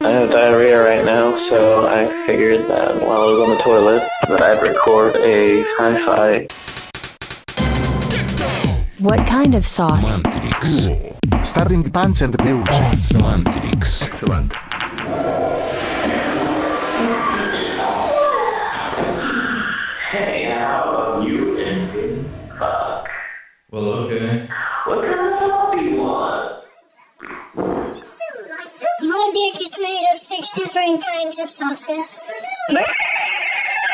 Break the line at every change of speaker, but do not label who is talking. I have diarrhea right now, so I figured that while I was on the toilet that I'd record a hi-fi.
What kind of sauce?
Matrix.
Starring Pants and Beuce.
Matrix.
Well, okay.
My dick is made of six different kinds of sauces.